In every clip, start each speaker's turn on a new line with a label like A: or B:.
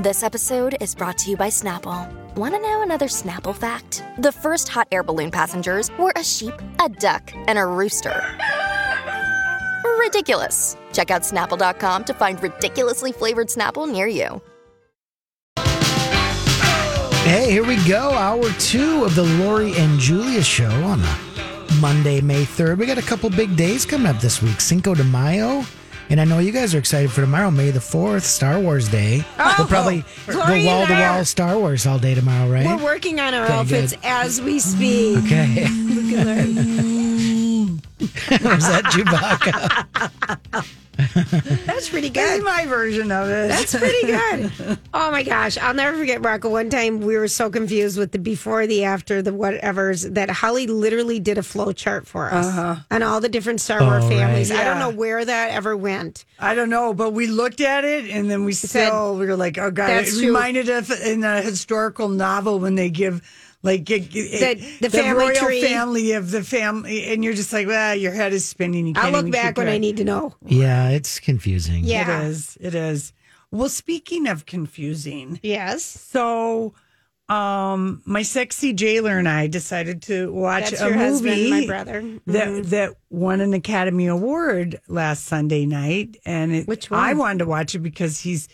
A: This episode is brought to you by Snapple. Want to know another Snapple fact? The first hot air balloon passengers were a sheep, a duck, and a rooster. Ridiculous. Check out snapple.com to find ridiculously flavored Snapple near you.
B: Hey, here we go. Hour two of the Lori and Julia show on Monday, May 3rd. We got a couple big days coming up this week Cinco de Mayo. And I know you guys are excited for tomorrow, May the 4th, Star Wars Day. we'll probably
C: Oh,
B: go
C: Lori and
B: wall to
C: I are-
B: wall Star Wars all day tomorrow, right?
C: We're working on our
B: Okay,
C: outfits
B: good.
C: as we speak.
B: okay. Was that Chewbacca?
C: That's pretty
D: That's
C: good.
D: my version of it.
C: That's pretty good. Oh my gosh. I'll never forget, Rocco. One time we were so confused with the before, the after, the whatevers that Holly literally did a flow chart for us on all the different Star Wars
B: Oh, right.
C: families. I don't
D: Uh-huh. Yeah.
C: know where that ever went.
D: I don't know, but we looked at it and then we
C: said,
D: still we were like, oh god,
C: "That's
D: it
C: true."
D: reminded us in a historical novel when they give like it, it-
C: The- the family
D: royal
C: tree.
D: family of the family, and you're just like, well, your head is spinning. You
C: I'll
D: can't
C: look
D: even
C: back
D: keep
C: when I
D: track."
C: need to know.
B: yeah, it's confusing.
C: Yeah.
D: It is. It is. Well, speaking of confusing,
C: Yes.
D: so um my sexy jailer and I decided to watch
C: That's
D: a
C: your
D: movie.
C: husband, my brother. Mm-hmm.
D: that that won an Academy Award last Sunday night, and it,
C: Which
D: I
C: one?
D: wanted to watch it because he's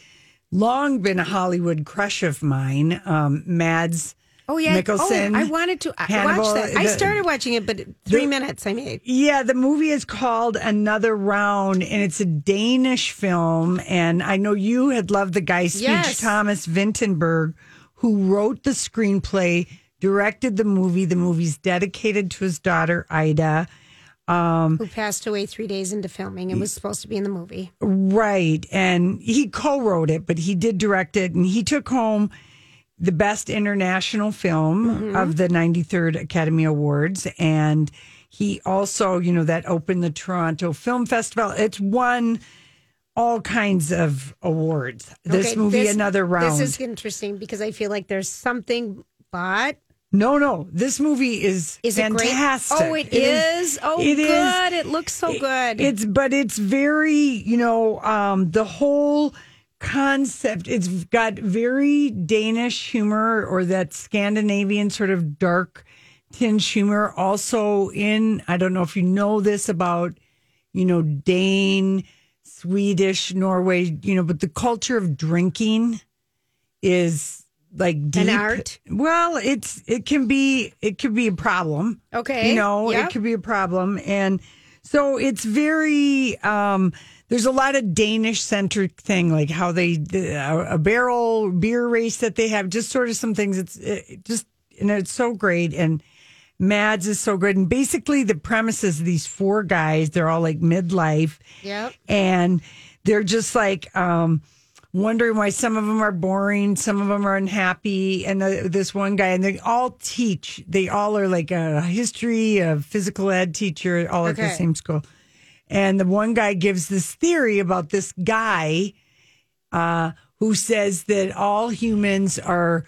D: long been a Hollywood crush of mine. Um, Mads,
C: Oh, yeah.
D: Mickelson,
C: Oh, I wanted to uh, watch
D: Hannibal,
C: that. I
D: the-
C: started watching it, but three minutes I made.
D: yeah, the movie is called Another Round, and it's a Danish film. And I know you had loved the guy, Speech
C: Yes.
D: Thomas Vintenberg, who wrote the screenplay, directed the movie. The movie's dedicated to his daughter Ida. um,
C: Who passed away three days into filming and was supposed to be in the movie.
D: Right. And he co wrote it, but he did direct it. And he took home the best international film
C: Mm-hmm.
D: of the 93rd Academy Awards. And he also, you know, that opened the Toronto Film Festival. It's won all kinds of awards. This
C: Okay,
D: movie, another round.
C: This is interesting because I feel like there's something, but
D: no, no. This movie is,
C: is
D: fantastic.
C: it great? Oh, it is. Oh,
D: it is.
C: good. It looks so good.
D: It's but it's very, you know, um the whole concept it's got very Danish humor or that Scandinavian sort of dark tinge humor also in I don't know if you know this about you know Dane, Swedish, Norway, you know, but the culture of drinking is like deep.
C: art?
D: Well, it's it can be it could be a problem.
C: okay.
D: You know,
C: Yep.
D: it could be a problem. And so it's very, um, there's a lot of Danish centric thing, like how they, the, uh, a a barrel beer race that they have, just sort of some things. It's it just, and it's so great. And Mads is so good. And basically, the premise is these four guys, they're all like midlife
C: Yep.
D: and they're just like um, wondering why some of them are boring, some of them are unhappy, and the, this one guy, and they all teach. They all are like a history, a physical ed teacher, all at the
C: Okay.
D: same school. And the one guy gives this theory about this guy uh, who says that all humans are.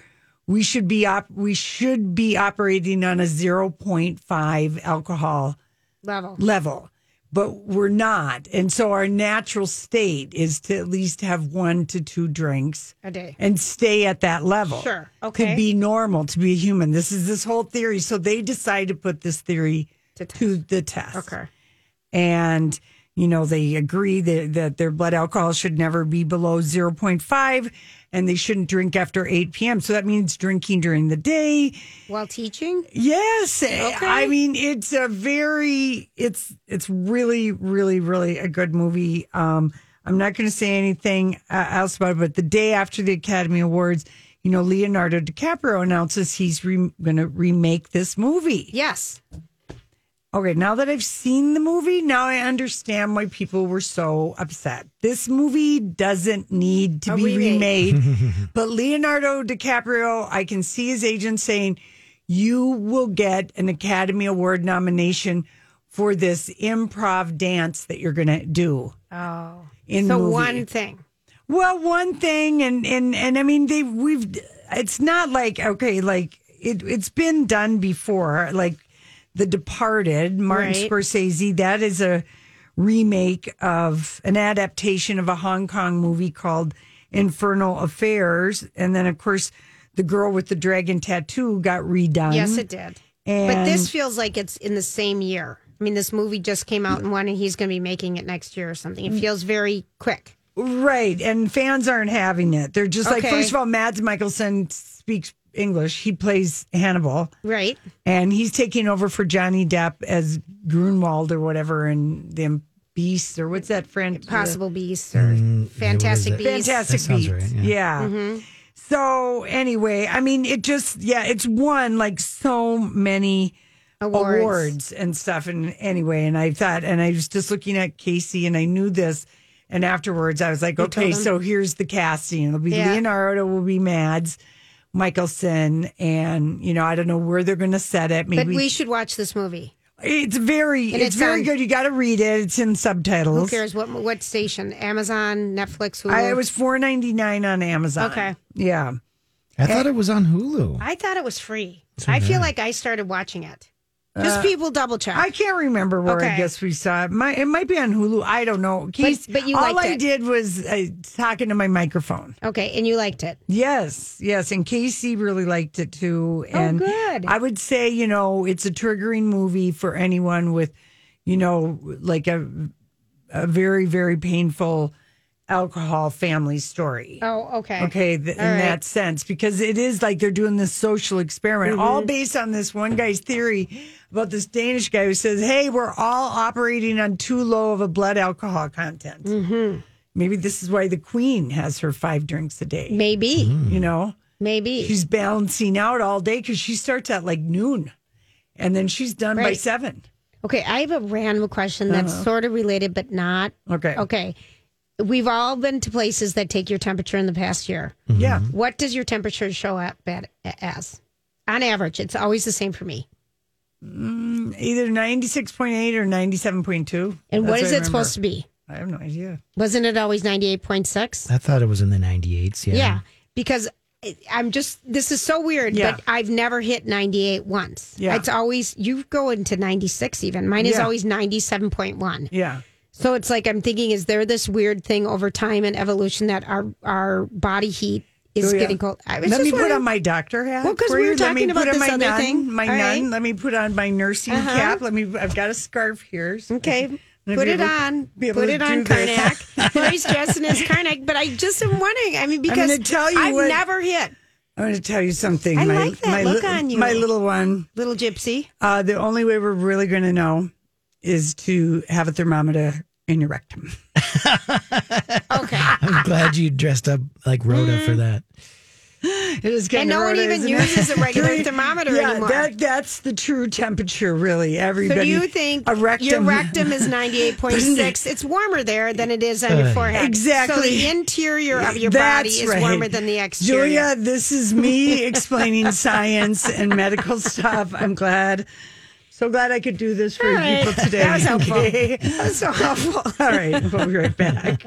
D: We should be op- we should be operating on a zero point five alcohol
C: Level.
D: level, but we're not. And so our natural state is to at least have one to two drinks
C: A day.
D: and stay at that level.
C: Sure.
D: To
C: Okay.
D: be normal, to be a human. This is this whole theory. So they decide to put this theory to, the test.
C: Okay.
D: And you know, they agree that, that their blood alcohol should never be below 0.5 and they shouldn't drink after 8 p.m. So that means drinking during the day,
C: While teaching?
D: Yes, I
C: Okay.
D: mean it's a very it's it's really really really a good movie. Um, I'm not going to say anything uh, else about it, but the day after the Academy Awards, you know, Leonardo DiCaprio announces he's re- going to remake this movie.
C: Yes.
D: Okay, now that I've seen the movie, now I understand why people were so upset. This movie doesn't need to
C: A
D: be
C: remake.
D: remade. but Leonardo DiCaprio, I can see his agent saying, You will get an Academy Award nomination for this improv dance that you're going to do.
C: Oh.
D: In
C: so
D: movie.
C: one thing.
D: Well, one thing, and and and I mean, they we've. It's not like okay, like it. It's been done before, like The Departed, Martin
C: Right.
D: Scorsese. That is a remake of an adaptation of a Hong Kong movie called Infernal Affairs, and then of course, The Girl with the Dragon Tattoo got redone.
C: Yes, it did. but this feels like it's in the same year. I mean, this movie just came out in one, and he's going to be making it next year or something.
D: Mm.
C: It feels very quick.
D: Right. And fans aren't having it. They're just like,
C: Okay.
D: first of all, Mads Mikkelsen speaks English. He plays Hannibal
C: Right.
D: and he's taking over for Johnny Depp as Grunwald or whatever in the Beast or what's that French?
C: Possible Beasts or Fantastic
D: the-
C: Beasts. Mm-hmm.
D: Fantastic
B: That sounds
D: Beasts.
B: right,
D: yeah. So anyway, I mean, it just, yeah, it's won like so many
C: Awards.
D: awards and stuff. And anyway, and I thought, and I was just looking at Casey and I knew this. And afterwards, I was like, okay, so here's the casting. It'll be
C: Yeah.
D: Leonardo, will be Mads, Michelson, and, you know, I don't know where they're going to set it.
C: But
D: Maybe
C: we should watch this movie.
D: it's very,
C: And
D: it's,
C: it's
D: very
C: on-
D: good. You got to read it. It's in subtitles.
C: Who cares what what station? Amazon, Netflix, Hulu.
D: I, it was four ninety nine on Amazon.
C: Okay.
D: Yeah.
B: I thought it was on Hulu.
C: I thought it was free. I feel like I started watching it. Uh, Just people double check.
D: I can't remember where I
C: Okay.
D: guess we saw it. My, it might be on Hulu. I don't know. Keith,
C: but you
D: all
C: liked
D: I
C: it.
D: did was uh, talking to my microphone.
C: okay, and you liked it.
D: Yes, yes, and Casey really liked it too. And
C: Oh, good.
D: I would say, you know, it's a triggering movie for anyone with, you know, like a a very very painful alcohol family story.
C: Oh, okay.
D: Okay, th- in
C: All right.
D: that sense, because it is like they're doing this social experiment, all
C: Mm-hmm.
D: based on this one guy's theory about this Danish guy who says, "Hey, we're all operating on too low of a blood alcohol content."
C: Mm-hmm.
D: Maybe this is why the Queen has her five drinks a day.
C: Maybe.
D: You know,
C: Maybe.
D: Mm-hmm. she's balancing out all day because she starts at like noon, and then she's done by
C: Right.
D: seven.
C: okay, I have a random question that's
D: Uh-huh.
C: sort of related but not.
D: Okay,
C: Okay. We've all been to places that take your temperature in the past year.
D: yeah,
C: What does your temperature show up at, as? On average, it's always the same for me.
D: either ninety six point eight or ninety seven point two.
C: And what is it supposed to be?
D: I have no idea.
C: Wasn't it always 98.6?
B: I thought it was in the 98s. Yeah.
C: Yeah. because it- I'm just, this is so weird,
D: Yeah.
C: but I've never hit 98 once.
D: Yeah.
C: It's always, you go into 96 even. Mine is
D: Yeah.
C: always 97.1.
D: Yeah.
C: So it's like, I'm thinking, is there this weird thing over time and evolution that our, our body heat is
D: Oh, yeah.
C: getting cold? I was
D: Let
C: just
D: me put
C: wondering-
D: on my doctor hat.
C: Well, 'cause
D: for
C: we were
D: you. Let me
C: talking
D: put
C: about
D: on
C: this
D: my
C: other
D: nun,
C: thing.
D: My
C: All right. Uh-huh.
D: nun. Let me put on my nursing cap. Let me. I've got a scarf here. so-
C: Okay.
D: I'll
C: Put
D: be
C: it
D: able-
C: on.
D: be able
C: Put
D: to
C: it
D: do
C: on Karnak.
D: this.
C: Larry's dressed in his Karnak, but I just am wondering. I mean, because
D: gonna tell you
C: I've
D: what-
C: never hit
D: I'm going to tell you something.
C: I
D: my,
C: like that
D: my
C: look
D: li-
C: on you.
D: My little one.
C: Little Gypsy.
D: Uh, the only way we're really going to know is to have a thermometer in your rectum.
C: Okay.
B: I'm glad you dressed up like Rhoda for
C: Mm.
B: that.
D: It is
C: and
D: getting
C: no one
D: harder,
C: even
D: isn't it?
C: uses a regular thermometer
D: yeah,
C: anymore.
D: that that's the true temperature, really.
C: so
D: Everybody.
C: do you think
D: a rectum?
C: your rectum is 98.6? It's warmer there than it is on your forehead. So
D: Exactly.
C: the interior of your body
D: That's
C: is
D: right.
C: warmer than the exterior.
D: Julia, this is me explaining science and medical stuff. I'm glad. So glad I could do this for
C: All right.
D: people today.
C: That was helpful.
D: Okay.
C: That was so helpful.
D: All right, we'll be right back.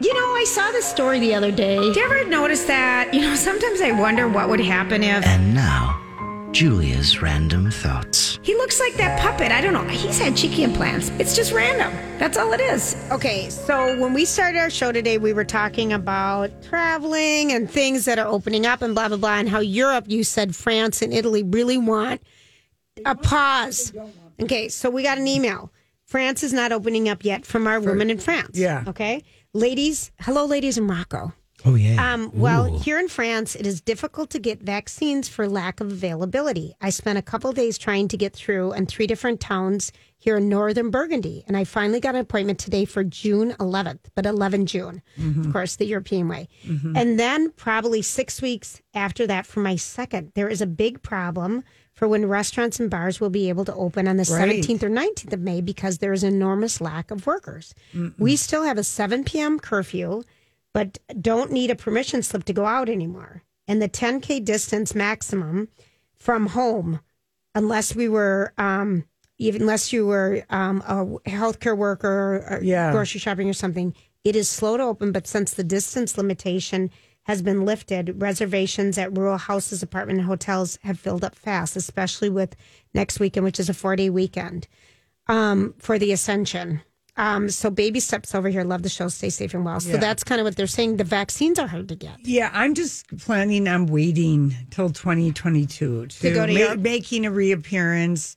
E: You know, I saw this story the other day.
C: Do you ever notice that? You know, sometimes I wonder what would happen if
F: And now, Julia's random thoughts.
E: He looks like that puppet. I don't know. He's had cheeky implants. It's just random. That's all it is.
C: Okay, so when we started our show today, we were talking about traveling and things that are opening up and blah, blah, blah, and how Europe, you said France and Italy really want a pause. Okay, so we got an email. France is not opening up yet from our women in France.
D: yeah.
C: Okay. Ladies, hello, ladies in Morocco.
B: Oh yeah.
C: Um, well,
B: Ooh.
C: here in France, it is difficult to get vaccines for lack of availability. I spent a couple days trying to get through in three different towns here in northern Burgundy, and I finally got an appointment today for June 11th, but 11 June, of course, the European way. And then, probably six weeks after that, for my second, there is a big problem for when restaurants and bars will be able to open on the
D: Right.
C: 17th or 19th of May because there is enormous lack of workers. We still have a 7 p.m. curfew but don't need a permission slip to go out anymore. And the 10K distance maximum from home, unless we were, um, even unless you were um, a healthcare worker or
D: Yeah.
C: grocery shopping or something, it is slow to open. But since the distance limitation has been lifted, reservations at rural houses, apartment, and hotels have filled up fast, especially with next weekend, which is a four day weekend um, for the ascension. Um, so baby steps over here. Love the show. Stay safe and well. So that's kind of what they're saying. The vaccines are hard to get.
D: Yeah, I'm just planning on waiting till 2022 to,
C: go to
D: ma-
C: Europe?
D: making a reappearance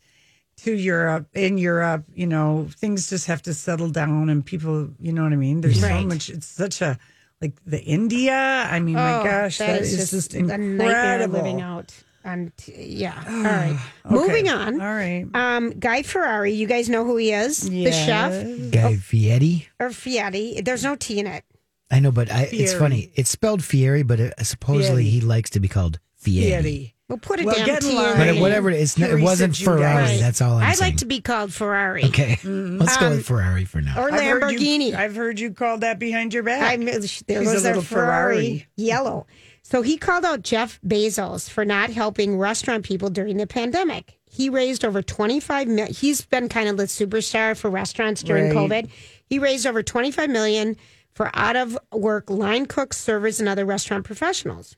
D: to Europe. In Europe, you know, things just have to settle down, and people, you know what I mean. There's so
C: Right.
D: much. It's such a like the India. I mean, my
C: Oh,
D: gosh, that is, just, incredible.
C: A nightmare living out. And yeah. All right.
D: Okay.
C: Moving on.
D: All right.
C: Um, Guy Ferrari, you guys know who he is? The chef
B: Guy Fieri.
C: or Fiatti. There's no T in it.
B: I know, but I, it's
D: Fieri.
B: funny. It's spelled Fieri, but it, supposedly
D: Fieri.
B: he likes to be called Fieri.
D: Yeti.
C: We'll put a
D: Well,
C: damn
D: get
C: T
D: in
C: in
D: line.
B: But
C: it.
B: it, whatever it is, it
D: Teresa
B: wasn't
D: Giudice.
B: Ferrari. That's all I'm
C: I'd
B: saying.
C: like to be called Ferrari.
B: Okay, let's go with Ferrari for now.
C: Or
D: I've heard you-
C: Lamborghini.
D: I've heard you call that behind your back.
C: I mean, sh- there
D: He's a
C: was their
D: little
C: Ferrari,
D: Ferrari.
C: yellow. So he called out Jeff Bezos for not helping restaurant people during the pandemic. He raised over 25 million. He's been kind of the superstar for restaurants during
D: Right.
C: COVID. He raised over 25 million for out of work line cooks, servers, and other restaurant professionals.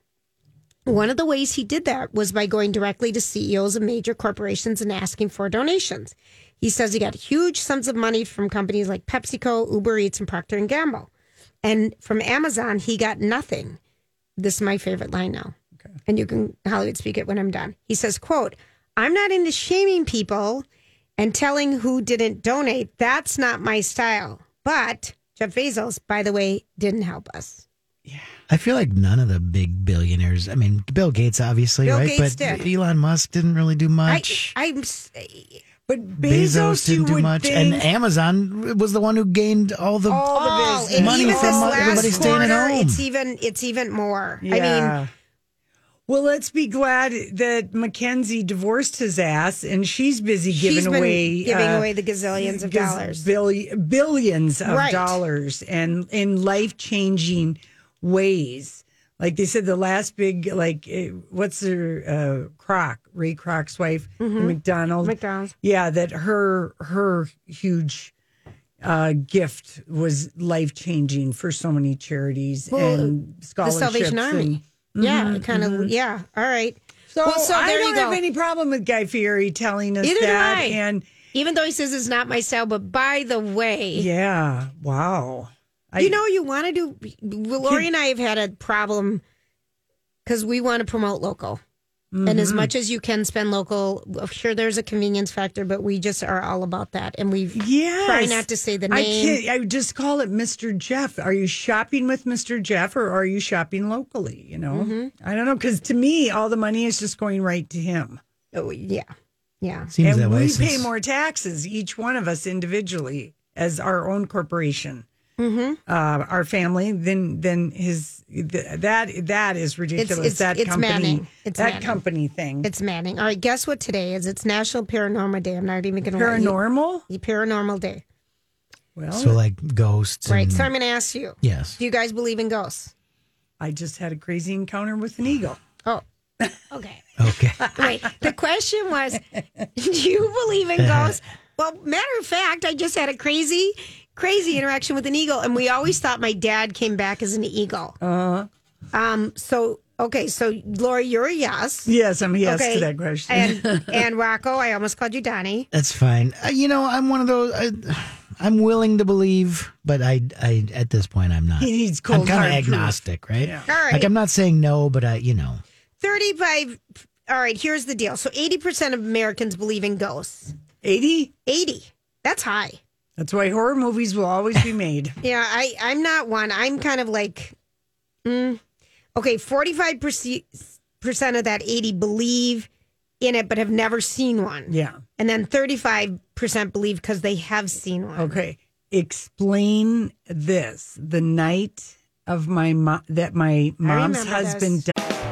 C: One of the ways he did that was by going directly to CEOs of major corporations and asking for donations. He says he got huge sums of money from companies like PepsiCo, Uber Eats, and Procter and Gamble. And from Amazon, he got nothing. This is my favorite line now. And you can Hollywood speak it when I'm done. He says, quote, I'm not into shaming people and telling who didn't donate. That's not my style. But Jeff Bezos, by the way, didn't help us.
B: I feel like none of the big billionaires. I mean, Bill Gates obviously,
C: Bill
B: right?
C: Gates
B: but
C: did.
B: Elon Musk didn't really do
C: I,
B: much.
C: I'm, s-
D: but Bezos,
B: Bezos
D: you
B: didn't do
D: would
B: much,
D: think
B: and Amazon was the one who gained all the.
D: all
C: all
D: the business.
B: Money
C: money
B: from
C: from
B: mo- everybody staying at home.
C: It's even, it's even more. I mean,
D: well, let's be glad that Mackenzie divorced his ass, and she's busy giving
C: she's been
D: away
C: giving
D: uh,
C: away the gazillions of
D: gaz-
C: dollars.
D: billi- billions of
C: Right.
D: dollars, and in life changing ways. Like they said, the last big like eh, what's her uh, Croc Ray Croc's wife McDonald
C: Mm-hmm. McDonald's.
D: yeah that her her huge uh, gift was life changing for so many charities
C: Well,
D: and
C: the
D: scholarships.
C: Salvation
D: and-
C: Army. yeah, kind of. Yeah. All right.
D: So,
C: Well, so
D: I
C: there you
D: don't
C: go.
D: have any problem with Guy Fieri telling us
C: Neither do
D: that.
C: I.
D: And
C: Even though he says it's not my style, but by the way,
D: yeah, wow. I-
C: you know, you want to do. well, Lori and I have had a problem because we want to promote local. And as much as you can spend local, sure, there's a convenience factor, but we just are all about that. And we
D: Yes.
C: try not to say the
D: I
C: name.
D: can't. I just call it Mr. Jeff. Are you shopping with Mr. Jeff or are you shopping locally? You know,
C: Mm-hmm.
D: I don't know. Because to me, all the money is just going right to him.
C: Oh, yeah. Yeah.
B: Seems that
D: and
B: way.
D: we
B: since-
D: pay more taxes, each one of us individually, as our own corporation,
C: Mm-hmm.
D: uh, our family, than than his. Th- that that is ridiculous.
C: it's-
D: that
C: it's
D: company,
C: Manning. It's
D: that
C: Manning.
D: company thing.
C: It's Manning. All right. Guess what today is? It's National Paranormal Day. I'm not even going to
D: paranormal.
C: Paranormal Day.
D: Well,
B: So like ghosts.
C: Oh, Right.
B: and-
C: So I'm going to ask you
B: yes.
C: do you guys believe in ghosts?
D: I just had a crazy encounter with an eagle.
C: Oh, okay.
B: Okay.
C: Wait, the question was, do you believe in ghosts? Well, matter of fact, I just had a crazy, crazy interaction with an eagle, and we always thought my dad came back as an eagle. Uh-huh. Um. So okay, so Lori, you're a yes.
D: Yes, I'm a yes
C: okay.
D: to that question.
C: And and Rocco, I almost called you Donnie.
B: That's fine. Uh, you know, I'm one of those. I, I'm willing to believe, but I, I at this point, I'm not.
D: He needs
B: I'm
D: cold
B: kind of
D: hard proof.
B: agnostic, right?
C: All right.
B: Like I'm not saying no, but I, you know,
C: 35. All right, here's the deal. So 80% of Americans believe in ghosts.
D: 80?
C: 80. That's high.
D: That's why horror movies will always be made.
C: Yeah, I, I'm not one. I'm kind of like mm, Okay, 45% percent of that 80 believe in it but have never seen one.
D: Yeah.
C: And then 35% believe because they have seen one.
D: Okay. Explain this. The night of my mo- that my mom's
C: remember
D: husband
C: this.
D: died.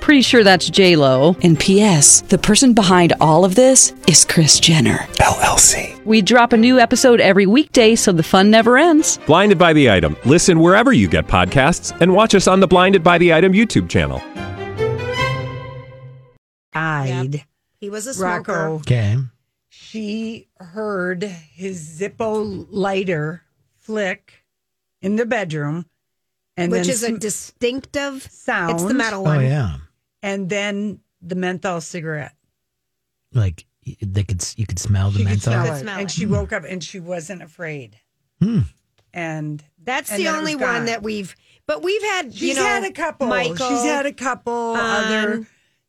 G: Pretty sure that's J Lo.
H: And P.S. The person behind all of this is Chris Jenner.
I: LLC.
G: We drop a new episode every weekday, so the fun never ends.
I: Blinded by the item. Listen wherever you get podcasts, and watch us on the Blinded by the Item YouTube channel.
C: He was a smoker.
D: Rocco.
B: Okay.
D: She heard his Zippo lighter flick in the bedroom, and
C: Which
D: then
C: is a
D: sm-
C: distinctive
D: sound.
C: It's the metal
B: Oh
C: one.
B: yeah.
D: and then the menthol cigarette.
B: Like y- they could, s- you could smell the
D: she could
B: menthol.
D: smell
C: Could
D: it,
C: smell it.
D: and she woke up and she wasn't afraid.
B: Hmm.
D: And
C: That's
D: and
C: the
D: then it
C: only
D: was
C: one
D: gone.
C: that we've, but we've had,
D: She's
C: you know,
D: had a couple.
C: Michael. um,
D: She's had a couple other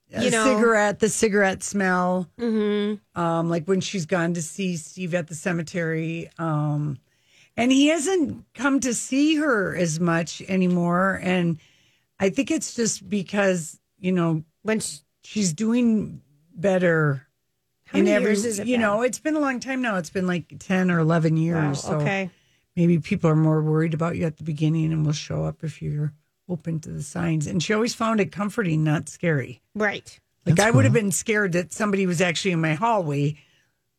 C: you
D: you
C: know.
D: know, cigarette, the cigarette smell.
C: hmm
D: Um, like when she's gone to see Steve at the cemetery. Um, and he hasn't come to see her as much anymore. And I think it's just because, you know,
C: When she,
D: she's doing better.
C: How
D: in
C: many
D: every,
C: years has it
D: you
C: been?
D: know, it's been a long time now. It's been like 10 or 11 years.
C: wow,
D: so
C: okay.
D: maybe people are more worried about you at the beginning and will show up if you're open to the signs. And she always found it comforting, not scary.
C: Right.
D: Like
B: That's
D: I would have
B: cool.
D: been scared that somebody was actually in my hallway,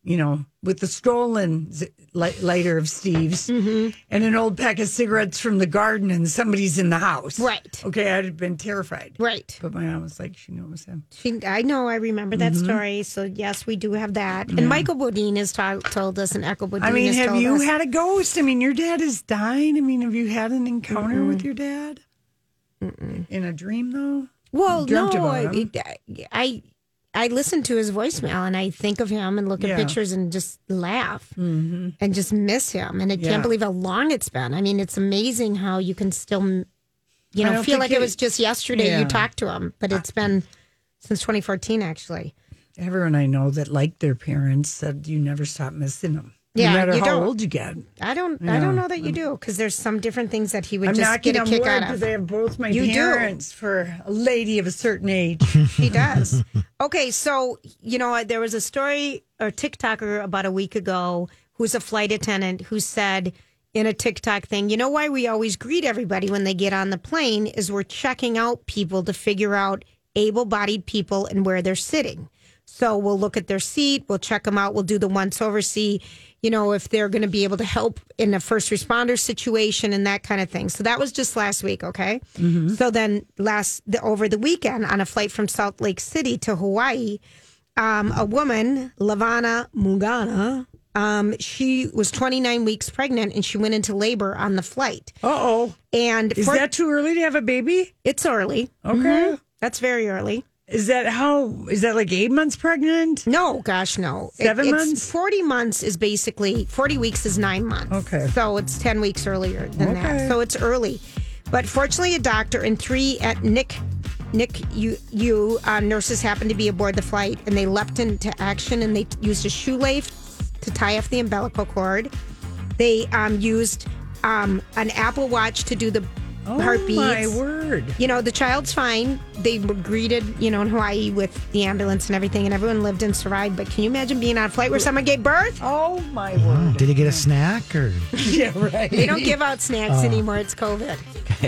D: you know, with the stolen z- li- lighter of Steve's
C: Mm-hmm.
D: and an old pack of cigarettes from the garden, and somebody's in the house.
C: Right.
D: Okay, I'd have been terrified.
C: Right.
D: But my mom was like, she knew it was him.
C: She, I know, I remember that
D: Mm-hmm.
C: story. So yes, we do have that. And Michael Bodine has ta- told us, and Echo Bodine.
D: I mean,
C: has
D: have
C: told
D: you
C: us.
D: had a ghost? I mean, your dad is dying. I mean, have you had an encounter with your dad? In a dream, though.
C: Well,
D: dreamt
C: no,
D: about
C: I,
D: him?
C: I I listen to his voicemail and I think of him and look at
D: Yeah. Mm-hmm.
C: pictures and just laugh and just miss him. And I
D: Yeah.
C: can't believe how long it's been. I mean, it's amazing how you can still, you
D: I
C: know,
D: don't
C: feel
D: think
C: like
D: it-
C: it was just yesterday you
D: Yeah.
C: talked to him, but it's been since 2014 actually.
D: Everyone I know that liked their parents said you never stop missing them.
C: Yeah,
D: no matter
C: you
D: how
C: don't.
D: old you get.
C: I don't I don't know that you do because there's some different things that he would
D: I'm
C: just
D: knocking
C: get a
D: on
C: kick
D: wood
C: out of.
D: because I have both my
C: You do.
D: parents for a lady of a certain age.
C: He does. okay, so you know what? There was a story or TikToker about a week ago who's a flight attendant who said in a TikTok thing, you know why we always greet everybody when they get on the plane is we're checking out people to figure out able-bodied people and where they're sitting. So we'll look at their seat, we'll check them out, we'll do the once over, see, you know, if they're going to be able to help in a first responder situation and that kind of thing. So that was just last week, okay?
D: Mm-hmm.
C: So then last the, over the weekend on a flight from Salt Lake City to Hawaii, um, a woman, Lavana Mugana, um, she was 29 weeks pregnant and she went into labor on the flight.
D: Uh oh.
C: And
D: Is
C: for-
D: that too early to have a baby?
C: it's early. Mm-hmm.
D: Okay.
C: That's very early.
D: Is that how? Is that like eight months pregnant?
C: No, gosh, no.
D: Seven
C: it's
D: months?
C: Forty months is basically forty weeks is nine months.
D: Okay.
C: so it's ten weeks earlier than that.
D: Okay.
C: So it's early, but fortunately, a doctor and three at Nick. Nick, you, you uh, nurses happened to be aboard the flight, and they leapt into action, and they used a shoelace to tie off the umbilical cord. They um, used um, an Apple Watch to do the
D: Oh
C: heartbeats
D: my word!
C: you know, the child's fine. They were greeted, you know, in Hawaii with the ambulance and everything, and everyone lived and survived. But can you imagine being on a flight where someone gave birth?
D: Oh my
B: Oh,
D: word!
B: did he get a snack or?
D: yeah, right.
C: They don't give out snacks anymore. It's COVID.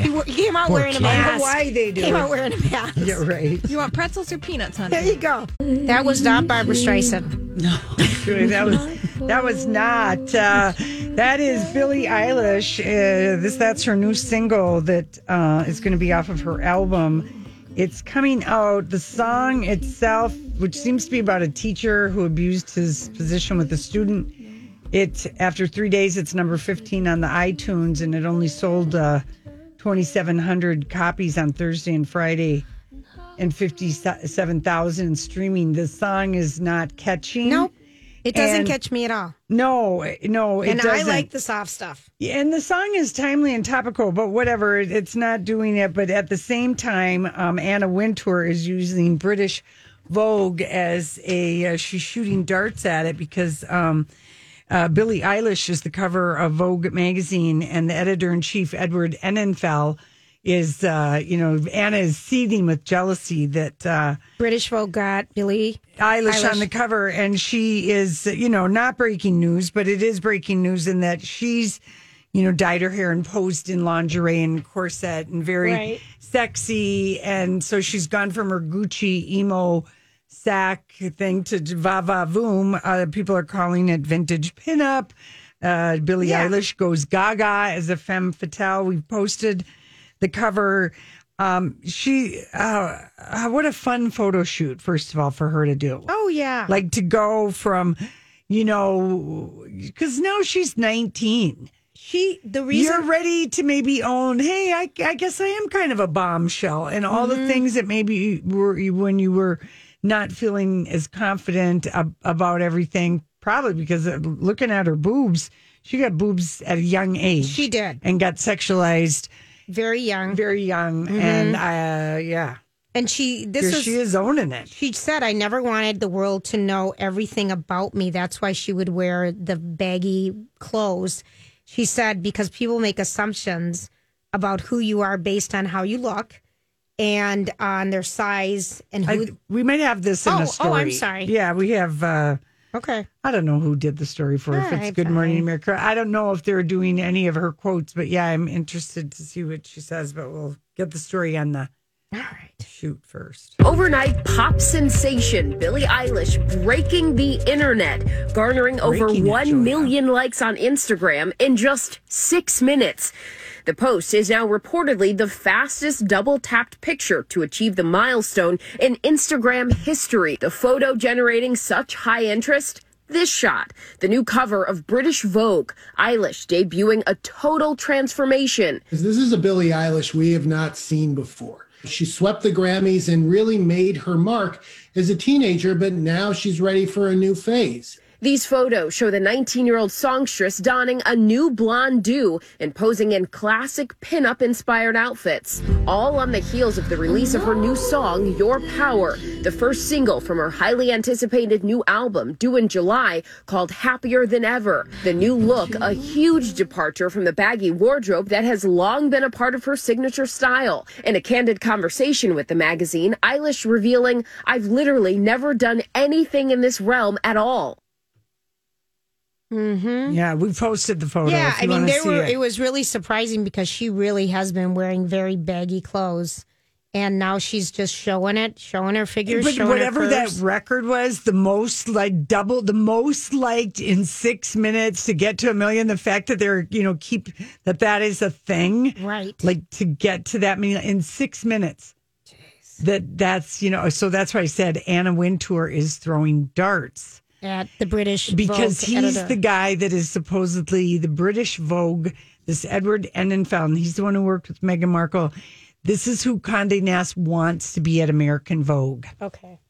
C: He, wa- he came out
B: Poor
C: wearing
B: kid.
C: a
D: In
C: mask.
D: Hawaii they do.
C: Came out wearing a mask.
D: Yeah, right.
H: You want pretzels or peanuts, honey?
C: There you go. That was not Barbara Streisand.
D: No, Julie, that was that was not. Uh, that is Billie Eilish. Uh, this that's her new single that uh, is going to be off of her album. It's coming out. The song itself, which seems to be about a teacher who abused his position with a student, it after three days, it's number fifteen on the iTunes, and it only sold uh, twenty seven hundred copies on Thursday and Friday and 57,000 streaming. The song is not catching.
C: Nope. It doesn't
D: And-
C: catch me at all.
D: No, no, it
C: and I
D: doesn't.
C: like the soft stuff.
D: Yeah, and the song is timely and topical, but whatever, it- it's not doing it. But at the same time, um, Anna Wintour is using British Vogue as a uh, she's shooting darts at it because um, uh, Billie Eilish is the cover of Vogue magazine, and the editor in chief Edward Enninfell is uh, you know Anna is seething with jealousy that. Uh,
C: British Vogue got Billy
D: Eilish,
C: Eilish.
D: on the cover, and she is, you know, not breaking news, but it is breaking news in that she's, you know, dyed her hair and posed in lingerie and corset and very
C: Right.
D: sexy. And so she's gone from her Gucci emo sack thing to va va voom. Uh, people are calling it vintage pinup. Uh, Billie
C: Yeah.
D: Eilish goes gaga as a femme fatale. We've posted the cover. Um, she, uh, uh, what a fun photo shoot, first of all, for her to do.
C: Oh yeah.
D: Like to go from, you know, because now she's 19.
C: she the
D: You're
C: reason
D: ready to maybe own, hey, I, I guess I am kind of a bombshell. And all
C: Mm-hmm.
D: the things that maybe you were when you were not feeling as confident ab- about everything, probably because of looking at her boobs, she got boobs at a young age.
C: She did.
D: And got sexualized
C: very young
D: very young. And uh, yeah,
C: and she Mm-hmm. this
D: here
C: is
D: she is owning it.
C: she said I never wanted the world to know everything about me. That's why she would wear the baggy clothes. She said because people make assumptions about who you are based on how you look and on their size and
D: I,
C: who
D: we might have this in
C: Oh,
D: a
C: oh,
D: story.
C: I'm sorry.
D: Yeah, we have. Uh,
C: Okay.
D: I don't know who did the story for. if
C: All
D: it's
C: right,
D: Good Morning
C: fine.
D: America, I don't know if they're doing any of her quotes, but yeah, I'm interested to see what she says. But we'll get the story on the
C: All right.
D: shoot first.
J: Overnight pop sensation Billie Eilish breaking the internet, garnering over
D: Breaking it,
J: 1
D: Julia.
J: million likes on Instagram in just six minutes. The post is now reportedly the fastest double tapped picture to achieve the milestone in Instagram history. The photo generating such high interest. This shot, the new cover of British Vogue, Eilish debuting a total transformation.
K: This is a Billie Eilish we have not seen before. She swept the Grammys and really made her mark as a teenager, but now she's ready for a new phase.
J: These photos show the 19 year old songstress donning a new blonde do and posing in classic pinup inspired outfits, all on the heels of the release of her new song, Your Power, the first single from her highly anticipated new album due in July called Happier Than Ever. The new look, a huge departure from the baggy wardrobe that has long been a part of her signature style. In a candid conversation with the magazine, Eilish revealing, I've literally never done anything in this realm at all.
C: Mm-hmm.
D: Yeah, we posted the photo.
C: Yeah,
D: if
C: I
D: you
C: mean,
D: wanna
C: they
D: see
C: were.
D: it.
C: It. was really surprising because she really has been wearing very baggy clothes, and now she's just showing it, showing her figures,
D: But
C: showing
D: whatever
C: her
D: that
C: curves.
D: record was, the most like double, the most liked in six minutes to get to a million. The fact that they're you know keep that that is a thing,
C: right?
D: Like to get to that many in six minutes. That that's you know so that's why I said Anna Wintour is throwing darts
C: at the British
D: because
C: Vogue
D: he's
C: editor.
D: the guy that is supposedly the British Vogue. This Edward Enninfeld, he's the one who worked with Meghan Markle. This is who Condé Nast wants to be at American Vogue.
C: Okay,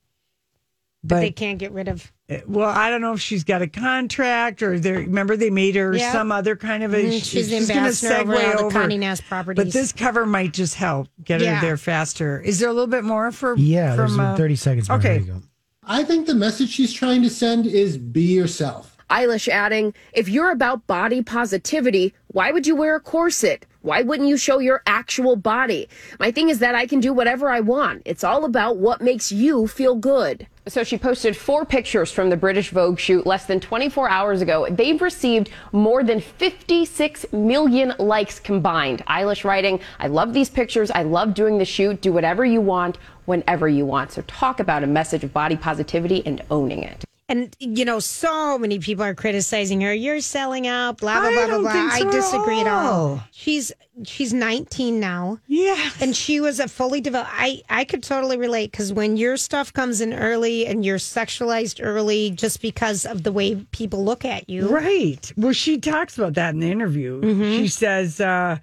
D: But,
C: they can't get rid of.
D: well, I don't know if she's got a contract or they remember they made her
C: Yeah.
D: some other kind of a.
C: Mhm, she's, the ambassador over all the Condé Nast properties.
D: But this cover might just help get
C: Yeah.
D: her there faster. Is there a little bit more for?
B: Yeah, there's
D: from,
B: uh,
D: uh,
B: 30 seconds. more.
D: okay.
B: There you go.
K: I think the message she's trying to send is be yourself.
J: Eilish adding, if you're about body positivity, why would you wear a corset? Why wouldn't you show your actual body? My thing is that I can do whatever I want. It's all about what makes you feel good.
L: So she posted four pictures from the British Vogue shoot less than 24 hours ago. They've received more than 56 million likes combined. Eilish writing, I love these pictures. I love doing the shoot. Do whatever you want, whenever you want. So talk about a message of body positivity and owning it.
C: And you know, so many people are criticizing her. You're selling out, blah blah
D: I
C: blah blah
D: don't
C: blah.
D: think so
C: I
D: at
C: disagree at all.
D: all.
C: She's she's 19 now.
D: Yeah,
C: and she was a fully developed. I I could totally relate because when your stuff comes in early and you're sexualized early, just because of the way people look at you,
D: Right. Well, she talks about that in the interview.
C: Mhm.
D: She says uh,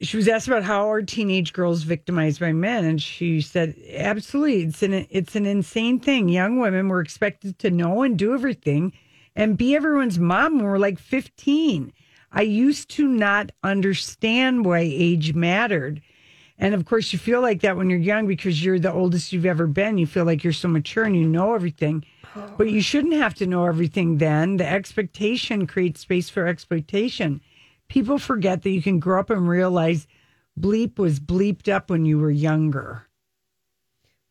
D: she was asked about how are teenage girls victimized by men, and she said, "Absolutely, it's an it's an insane thing. Young women were expected to know and do everything, and be everyone's mom when we're like fifteen. I used to not understand why age mattered." And of course, you feel like that when you're young because you're the oldest you've ever been. You feel like you're so mature and you know everything, but you shouldn't have to know everything then. The expectation creates space for exploitation. People forget that you can grow up and realize bleep was bleeped up when you were younger.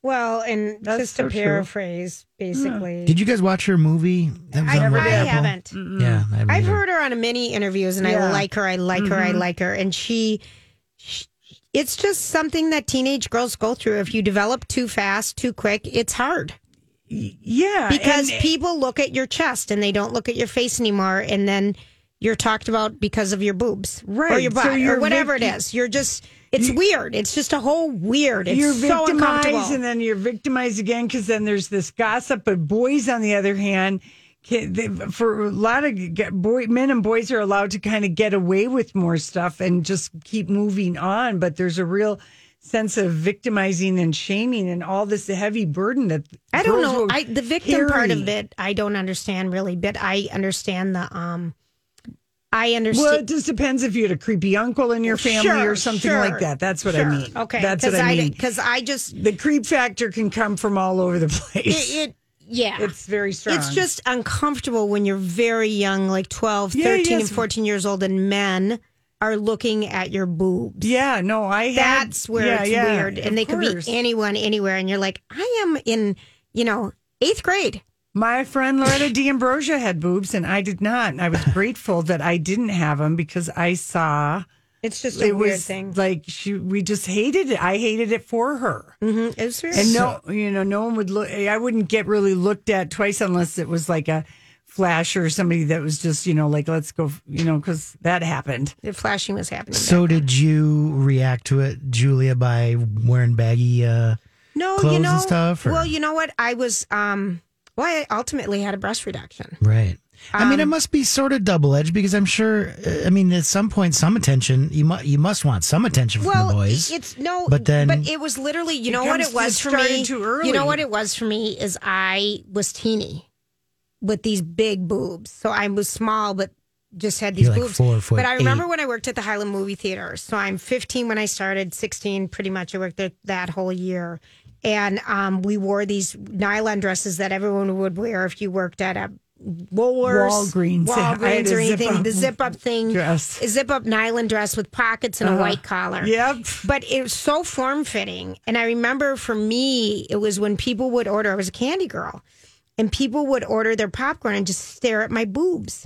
C: Well, and
D: That's
C: just
D: so
C: to
D: true. Hmm.
C: paraphrase, basically.
B: Did you guys watch her movie? That
C: I,
B: on
C: I
B: Red Apple?
C: haven't.
B: Yeah, I haven't
C: I've
B: either.
C: heard her on many interviews, and
D: Mm-hmm. Yeah.
C: I like her. I like her. I
D: Mhm.
C: like her, and she, sh It's just something that teenage girls go through. If you develop too fast, too quick, it's hard
D: Yeah.
C: because
D: Uh, and-
C: people look at your chest and they don't look at your face anymore, and then you're talked about because of your boobs, Or
D: Right,
C: your
D: so
C: butt,
D: you're
C: or whatever
D: vic-
C: it is. You're just. It's weird. It's just a whole weird. It's
D: you're
C: so
D: victimized
C: uncomfortable.
D: and then you're victimized again because then there's this gossip. But boys, on the other hand, can, they, for a lot of g- boy, men and boys are allowed to kind of get away with more stuff and just keep moving on. But there's a real sense of victimizing and shaming and all this heavy burden that
C: I don't
D: girls
C: know.
D: will
C: I the victim part of
D: carry.
C: it I don't understand really, but I understand the um I understand
D: Well, it just depends if you had a creepy uncle in your family
C: Sure,
D: or something
C: sure,
D: like that. That's what I
C: sure.
D: mean.
C: Okay.
D: that's what
C: 'cause
D: I mean.
C: Because I just
D: The creep factor can come from all over the place.
C: it, it yeah.
D: it's very strong.
C: It's just uncomfortable when you're very young, like 12,
D: Yeah,
C: 13,
D: yes.
C: and 14 years old, and men are looking at your boobs.
D: Yeah, no, I had-
C: That's where
D: yeah,
C: it's
D: yeah,
C: weird.
D: of
C: And they could
D: course.
C: be anyone, anywhere. And you're like, I am in, you know, eighth grade.
D: My friend Loretta D'Ambrosia had boobs, and I did not. And I was grateful that I didn't have them because I saw
C: It's just a
D: it
C: weird
D: was
C: thing.
D: like she. We just hated it. I hated it for her.
C: Mm-hmm. It's weird.
D: And no, you know, no one would look. I wouldn't get really looked at twice unless it was like a flash or somebody that was just you know like let's go you know because that happened.
C: the flashing was happening.
B: So did you react to it, Julia, by wearing baggy? Uh,
C: no,
B: clothes
C: you
B: and
C: know,
B: stuff, or-
C: well, you know what? I was, um, well, I ultimately had a breast reduction.
B: right. I mean, it must be sort of double edged because I'm sure. uh, I mean, at some point, some attention you must you must want some attention from
C: well,
B: the boys.
C: it's no,
B: But then-
C: but it was literally, you
D: It
C: know what
D: comes
C: it
D: to
C: was for
D: starting
C: me.
D: too early.
C: You know what it was for me is I was teeny with these big boobs, so I was small, but just had these
B: You're like
C: boobs.
B: four foot
C: but I remember
B: eight.
C: when I worked at the Highland Movie Theater. So I'm 15 when I started, 16 pretty much. I worked there that whole year. And um, we wore these nylon dresses that everyone would wear if you worked at a Woolworths,
D: Walgreens, yeah. I had
C: Walgreens
D: a
C: or
D: zip
C: anything.
D: up
C: The zip up thing,
D: dress.
C: a zip up nylon dress with pockets and a
D: Uh-huh.
C: white collar.
D: Yep.
C: But it was so form fitting. And I remember for me, it was when people would order, I was a candy girl, and people would order their popcorn and just stare at my boobs.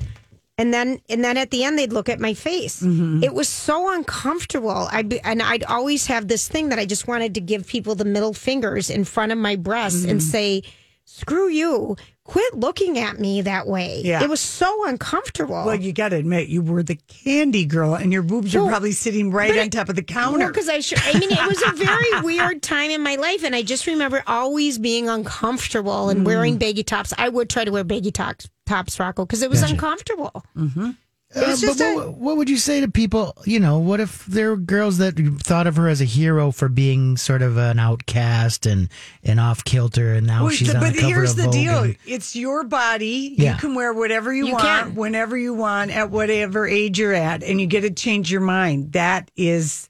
C: And then, and then at the end, they'd look at my face.
D: Mm-hmm.
C: It was so uncomfortable. I be, and I'd always have this thing that I just wanted to give people the middle fingers in front of my breasts and
D: Mm-hmm.
C: say, "Screw you! Quit looking at me that way."
D: Yeah.
C: It was so uncomfortable.
D: Well, you got to admit, you were the candy girl, and your boobs are
C: Well,
D: probably sitting right
C: but
D: on
C: it-
D: top of the
C: Well,
D: counter.
C: because I sure, I mean, it was a very weird time in my life, and I just remember always being uncomfortable and
D: Mm.
C: wearing baggy tops. I would try to wear baggy tops, tops Rocco, because it was uncomfortable. Oh It was
B: Uh,
C: just
B: but
C: a-
B: what, what would you say to people? You know, what if there were girls that thought of her as a hero for being sort of an outcast and, and off kilter, and now
D: Well,
B: she's
D: the-
B: on the
D: but
B: cover
D: here's
B: of
D: the
B: Vogue
D: deal:
B: and-
D: it's your body.
B: Yeah.
D: You can wear whatever you,
C: You
D: want,
C: can.
D: whenever you want, at whatever age you're at, and you get to change your mind. That is,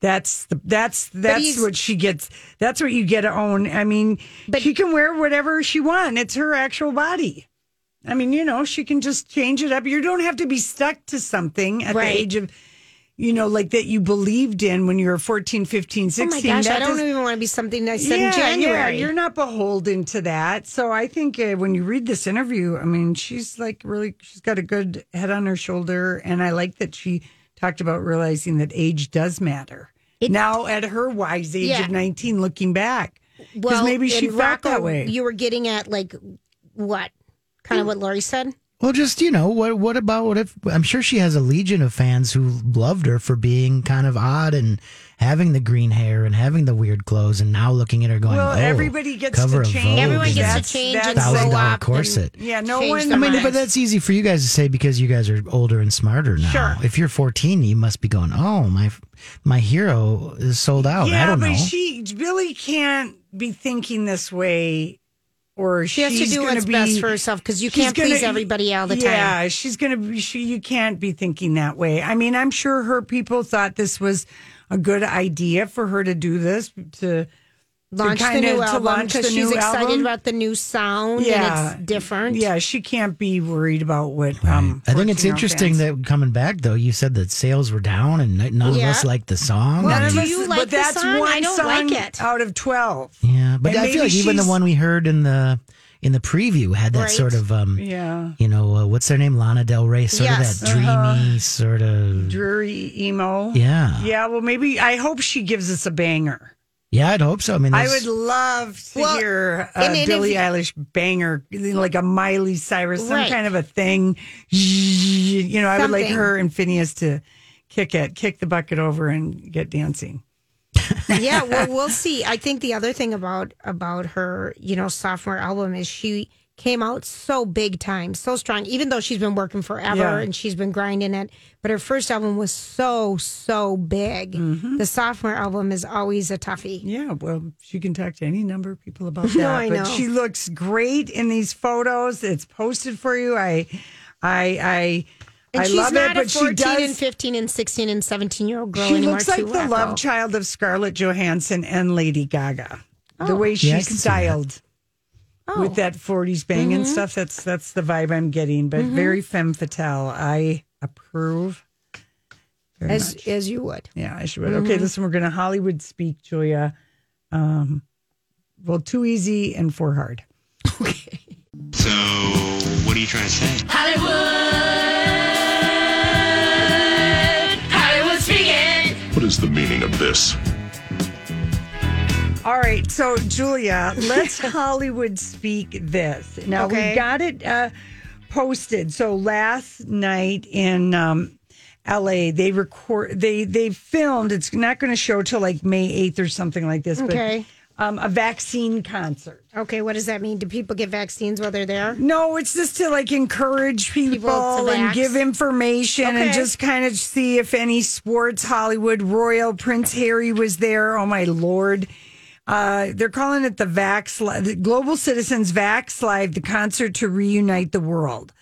D: that's the that's that's
C: he's-
D: what she gets. That's what you get to own. I mean, she can wear whatever she wants. It's her actual body. I mean, you know, she can just change it up. You don't have to be stuck to something at
C: Right.
D: the age of. You know, like that you believed in when you were 14, 15,
C: oh
D: 16.
C: my gosh, I
D: That
C: don't
D: does-
C: even want to be something I said in January.
D: you're not beholden to that. So I think uh, when you read this interview, I mean, she's like really, she's got a good head on her shoulder. And I like that she talked about realizing that age does matter. now, at her wise age
C: Yeah.
D: of 19, looking back, Because maybe she
C: in
D: felt
C: Rocco,
D: that way. Mm.
C: You were getting at like what? Kind of what Lori said.
B: Well, just you know, what what about what if I'm sure she has a legion of fans who loved her for being kind of odd and having the green hair and having the weird clothes, and now looking at her going,
D: Well,
B: oh,
D: everybody gets
B: cover
D: to
B: of
D: change.
B: Vogue
D: Everyone
B: and
D: gets to
B: that's-
D: change and
B: thousand
D: grow
B: dollar
D: up and-
B: corset.
D: yeah, no
C: change
D: one.
B: I mean, but that's easy for you guys to say because you guys are older and smarter now.
D: Sure.
B: If you're 14, you must be going, "Oh, my my hero is sold out."
D: yeah,
B: Oh, I don't
D: but
B: know.
D: she Billy can't be thinking this way, or
C: She has to
D: she's
C: do
D: gonna
C: what's
D: be,
C: best for herself 'cause you
D: she's
C: can't please everybody all the
D: yeah,
C: time.
D: she's gonna be. She you can't be thinking that way. I mean, I'm sure her people thought this was a good idea for her to do this to
C: Launch
D: to
C: the
D: kind
C: new
D: of, to
C: album
D: launch the
C: because she's
D: new
C: excited
D: album.
C: about the new sound and
D: Yeah.
C: it's different.
D: Yeah, she can't be worried about what. Um,
B: I think it's
D: 14-year-old
B: interesting
D: fans-
B: that coming back though, you said that sales were down and n- none
D: Yeah.
B: of us liked the song.
D: None
B: and-
D: of
C: do
D: us-
C: you
D: but
C: like the
D: that's
C: song?
D: One
C: I don't
D: song
C: like it.
D: Out of twelve.
B: Yeah, but
D: And
B: I feel
D: maybe
B: like even the
D: she's-
B: one we heard in the in the preview had that
D: Right.
B: sort of um,
D: Yeah.
B: you know, uh, what's their name, Lana Del Rey, sort
D: Yes.
B: of that dreamy
D: Uh-huh.
B: sort of.
D: dreary emo.
B: Yeah.
D: Yeah. Well, maybe I hope she gives us a banger.
B: Yeah, I'd hope so. I mean,
D: I
B: there's-
D: would love to
C: Well,
D: hear a
C: and- and if
D: Billie
C: you-
D: Eilish banger, like a Miley Cyrus, some
C: Right.
D: kind of a thing. You know, I would like
C: Something.
D: her and Phineas to kick it, kick the bucket over, and get dancing.
C: yeah, well, we'll see. I think the other thing about about her, you know, sophomore album is she came out so big time, so strong. Even though she's been working forever
D: Yeah.
C: and she's been grinding it, but her first album was so so big.
D: Mm-hmm.
C: The sophomore album is always a toughie.
D: Yeah, well, she can talk to any number of people about that.
C: No, I
D: but
C: know.
D: she looks great in these photos. It's posted for you. I, I, I,
C: And
D: I
C: she's
D: love
C: not
D: it. But
C: a fourteen
D: she does.
C: and fifteen and sixteen and seventeen year old girl
D: she
C: anymore.
D: looks like
C: too,
D: the
C: Rocco.
D: love child of Scarlett Johansson and Lady Gaga.
C: Oh.
D: The way
B: Yeah, I
D: she's
B: can see that.
D: styled with that 40s bang
C: Mm-hmm.
D: and stuff. That's that's the vibe I'm getting, but very femme fatale. I approve. Very
C: as Mm-hmm.
D: much.
C: as you would.
D: Yeah, I should. Okay, listen, we're going to Hollywood speak, Julia. Um, well, too easy and four hard.
M: So, what are you trying to say?
N: Hollywood. Hollywood speaking.
O: What is the meaning of this?
D: All right, so Julia, let's Hollywood speak this. Now
C: Okay.
D: we got it uh, posted. So last night in um, L.A., they record they they filmed. It's not going to show till like May eighth or something like this.
C: Okay.
D: But, um, a vaccine concert.
C: Okay, what does that mean? Do people get vaccines while they're there?
D: No, it's just to like encourage people,
C: People to
D: and
C: vax.
D: give information
C: Okay.
D: and just kind of see if any sports Hollywood royal Prince Harry was there. Oh my lord. Uh, they're calling it the Vax Li- the Global Citizens Vax Live, the concert to reunite the world.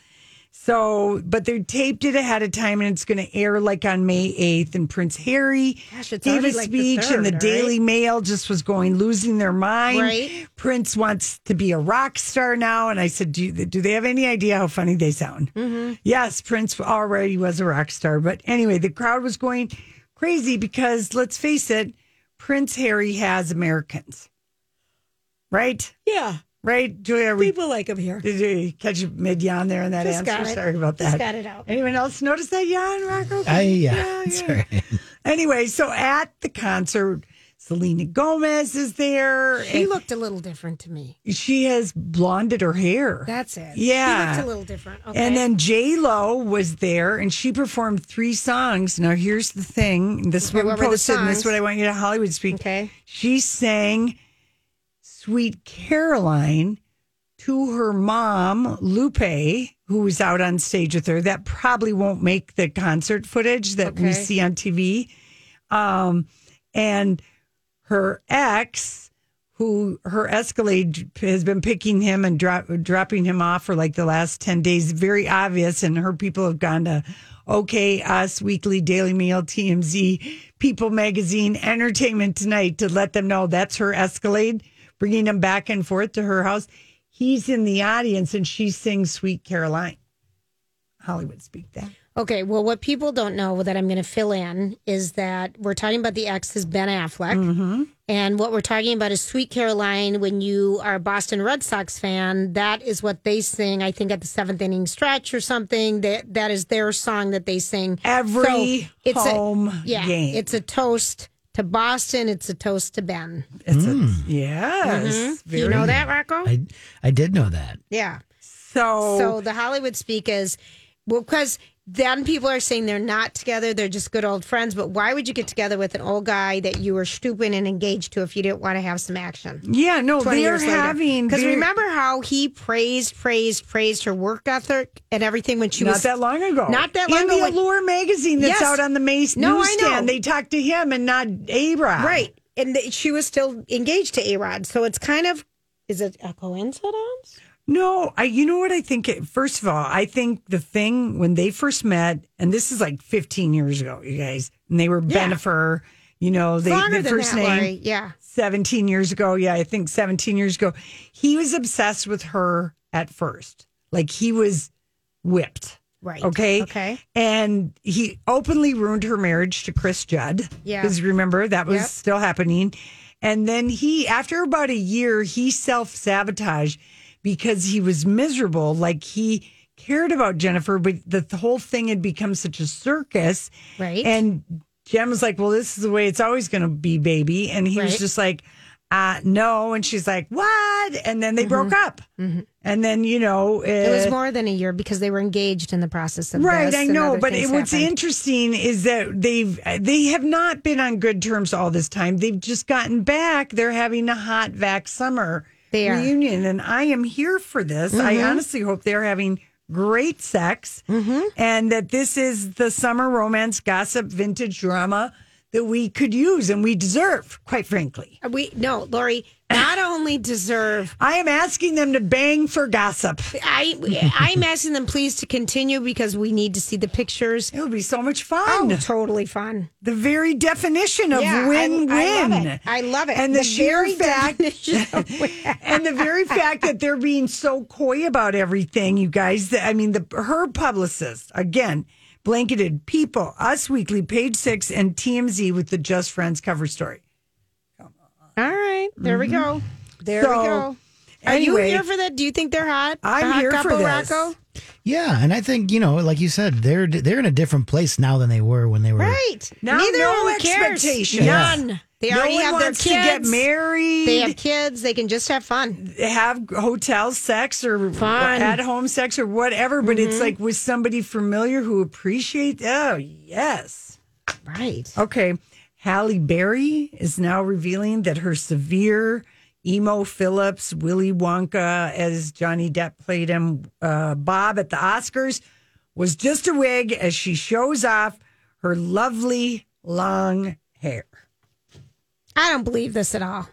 D: So, but they taped it ahead of time and it's going to air like on May 8th. And Prince Harry
C: Gosh, it's
D: gave a
C: already like the
D: speech, and the
C: third, all right?
D: Daily Mail just was going losing their mind.
C: Right.
D: Prince wants to be a rock star now. And I said, Do, you, do they have any idea how funny they sound?
P: Mm-hmm.
D: Yes, Prince already was a rock star. But anyway, the crowd was going crazy because let's face it, Prince Harry has Americans. Right?
P: Yeah.
D: Right, Julia? are we-
P: People like him here.
D: Did you catch a mid yawn there in that
P: Just got
D: answer?
P: it.
D: Sorry about that.
P: Just got it out.
D: Anyone else notice that yawn, Rocco?
B: I yeah,
D: yeah.
B: sorry.
D: Anyway, so at the concert, Selena Gomez is there.
C: She
D: and
C: looked a little different to me.
D: she has blonded her hair.
C: That's it.
D: Yeah.
C: She looked a little different. Okay.
D: And then J Lo was there, and she performed three songs. Now here's the thing: this is
C: Okay,
D: what we
C: what were the
D: posted, and this
C: songs?
D: is what I want you to Hollywood speak.
C: Okay.
D: She sang "Sweet Caroline" to her mom Lupe, who was out on stage with her. That probably won't make the concert footage that we
Q: Okay.
D: see on TV. Um, and her ex who her escalade has been picking him and drop, dropping him off for like the last 10 days very obvious and her people have gone to okay us weekly daily mail tmz people magazine entertainment tonight to let them know that's her escalade bringing him back and forth to her house he's in the audience and she sings sweet caroline hollywood speak that
C: okay, well, what people don't know that I'm going to fill in is that we're talking about the ex is Ben Affleck.
D: Mm-hmm.
C: And what we're talking about is Sweet Caroline. When you are a Boston Red Sox fan, that is what they sing, I think, at the seventh inning stretch or something. That That is their song that they sing.
D: Every home
C: a, yeah,
D: game.
C: It's a toast To Boston, it's a toast to Ben.
D: It's a, yes.
C: Mhm. You
D: very-
C: know that, Rocco?
B: I, I did know that.
C: Yeah.
D: So
C: So the Hollywood speak is well because then people are saying they're not together; they're just good old friends. But why would you get together with an old guy that you were stupid and engaged to if you didn't want to have some action?
D: Yeah, no, they are having
C: because
D: they're-
C: remember how he praised, praised, praised her work ethic and everything when she
D: not
C: was
D: that long ago.
C: Not that long
D: In
C: ago.
D: the
C: when-
D: Allure magazine
C: Yes.
D: that's out on the Mace
C: No, I
D: newsstand,
C: know.
D: they talked to him and not Abra.
C: Right. And th- she was still engaged to A Rod. So it's kind of, is it a coincidence?
D: No, I. You know what I think? It, first of all, I think the thing when they first met, and this is like 15 years ago, you guys, and they were
C: Yeah.
D: Benifer. You know, they
C: Longer
D: the
C: than
D: first
C: that,
D: name.
C: Lori. Yeah.
D: 17 years ago. Yeah, I think 17 years ago. He was obsessed with her at first. Like he was whipped.
C: Right.
D: Okay.
C: Okay.
D: And he openly ruined her marriage to Chris Judd.
C: Yeah.
D: Because remember, that was
C: Yep.
D: still happening. And then he, after about a year, he self sabotaged because he was miserable. Like he cared about Jennifer, but the, the whole thing had become such a circus.
C: Right.
D: And Jen was like, well, this is the way it's always going to be, baby. And he was
C: Right.
D: just like, uh, no. And she's like, what? And then they broke up. And then, you know,
C: Mm-hmm. It was
D: uh,
C: more than a year because they were engaged in the process of
D: right
C: this
D: i
C: and
D: know
C: other
D: but
C: things
D: it, what's
C: happened.
D: interesting is that they've they have not been on good terms all this time they've just gotten back they're having a hot vac summer
C: They are.
D: reunion and i am here for this i
C: Mhm.
D: honestly hope they're having great sex
C: Mm-hmm.
D: and that this is the summer romance gossip vintage drama that we could use and we deserve quite frankly
C: We no, Lori. Not only deserve
D: i am asking them to bang for gossip
C: I, I'm asking them please to continue because we need to see the pictures.
D: it would be so much fun
C: Oh, totally fun.
D: the very definition of
C: Yeah, I-
D: win-win.
C: I love it. I love it.
D: And the,
C: The
D: sheer
C: very
D: fact, and the very fact that they're being so coy about everything, you guys. that- I mean, the her publicist again blanketed people, Us Weekly, Page Six, and TMZ with the Just Friends cover story.
C: All right, there we go. There
D: Mm-hmm. So,
C: we go. Are
D: anyway-
C: you here for that? Do you think they're hot? The
D: I'm
C: hot
D: here for
C: couple,
D: this.
C: Rocco?
B: Yeah, and I think you know, like you said, they're they're in a different place now than they were when they were.
C: Right.
D: Now,
C: Neither
D: no
C: one cares.
D: expectations.
C: None. They
D: No
C: already
D: one
C: have their
D: wants
C: kids.
D: to get married.
C: They have kids. They can just have fun.
D: have hotel sex or
C: Fun. Mm-hmm.
D: at home sex or whatever, but it's like with somebody familiar who appreciates. Oh, yes.
C: Right.
D: Okay. Halle Berry is now revealing that her severe emo Phillips, Willy Wonka, as Johnny Depp played him, uh, Bob at the Oscars, was just a wig as she shows off her lovely long hair.
C: I don't believe this at all.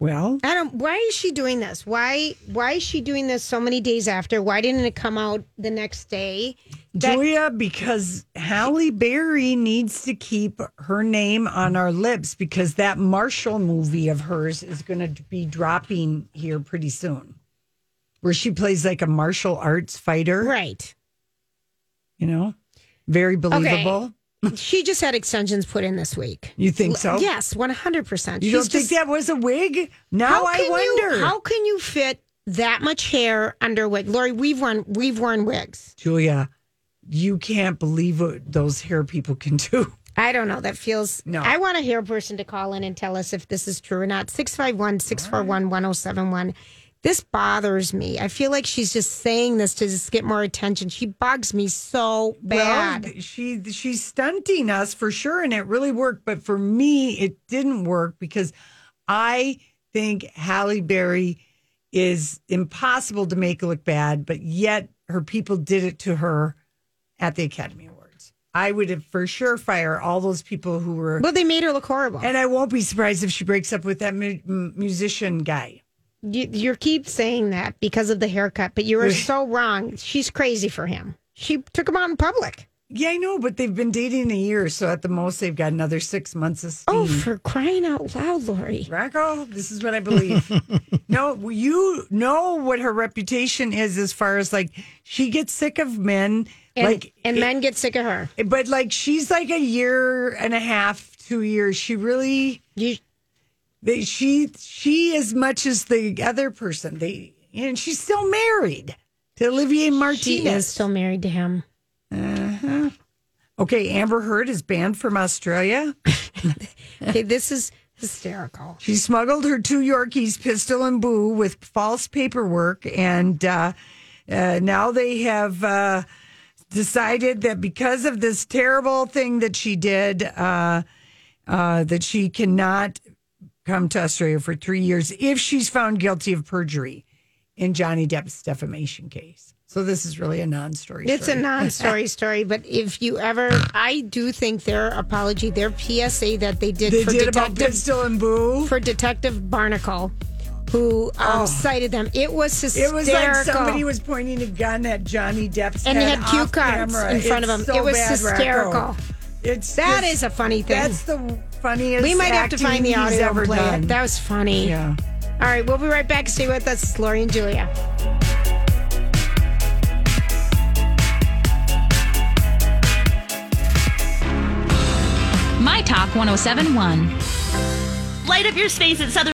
D: Well,
C: I don't. Why is she doing this? Why? Why is she doing this so many days after? Why didn't it come out the next day?
D: Julia, because Halle Berry needs to keep her name on our lips because that Marshall movie of hers is going to be dropping here pretty soon, where she plays like a martial arts fighter.
C: Right.
D: You know, very believable.
C: She just had extensions put in this week.
D: You think so?
C: Yes, one hundred percent.
D: You don't think that was a wig? Now I wonder.
C: You, how can you fit that much hair under a wig, Lori? We've worn we've worn wigs.
D: Julia, you can't believe what those hair people can do.
C: I don't know. That feels.
D: No.
C: I want a hair person to call in and tell us if this is true or not. 651 641 1071. This bothers me. I feel like she's just saying this to just get more attention. She bugs me so bad.
D: Well, she she's stunting us for sure, and it really worked. But for me, it didn't work because I think Halle Berry is impossible to make look bad, but yet her people did it to her at the Academy Awards. I would have for sure fire all those people who were,
C: Well, they made her look horrible.
D: and I won't be surprised if she breaks up with that mu- m- musician guy.
C: you, you keep saying that because of the haircut, but you are so wrong. She's crazy for him. She took him out in public.
D: Yeah, I know, but they've been dating a year, so at the most they've got another six months of steam.
C: Oh, for crying out loud, Lori.
D: Rocco, this is what I believe. no, well, you know what her reputation is as far as like she gets sick of men,
C: And,
D: like
C: and men get sick of her.
D: but like she's like a year and a half, two years. She really,
C: You,
D: they, she she as much as the other person. They and she's still married to Olivier
C: she is
D: Martinez.
C: still married to him.
D: Okay, Amber Heard is banned from Australia.
C: okay, this is hysterical.
D: She smuggled her two Yorkies, Pistol and Boo, with false paperwork, and uh, uh, now they have uh, decided that because of this terrible thing that she did, uh, uh, that she cannot come to Australia for three years if she's found guilty of perjury in Johnny Depp's defamation case. So this is really a non-story.
C: It's
D: story.
C: a non-story story, but if you ever, I do think their apology, their PSA that they did
D: They
C: for
D: did about
C: Detective
D: Pistol and Boo
C: for Detective Barnacle, who um, cited them. It was hysterical.
D: Oh. It was like somebody was pointing a gun at Johnny Depp's
C: And they
D: head
C: had cue
D: off
C: cards
D: camera.
C: in front of
D: It's
C: him.
D: so
C: It was
D: bad,
C: hysterical.
D: Rocco. It's
C: That
D: just-
C: is a funny thing.
D: That's the funniest.
C: we might have to
D: acting
C: find the
D: he's
C: audio
D: ever
C: and play
D: done.
C: it. That was funny.
D: Yeah.
C: All right, we'll be right back. Stay with us, Lori and Julia.
O: My Talk 1071.
N: Light up your space at Southern.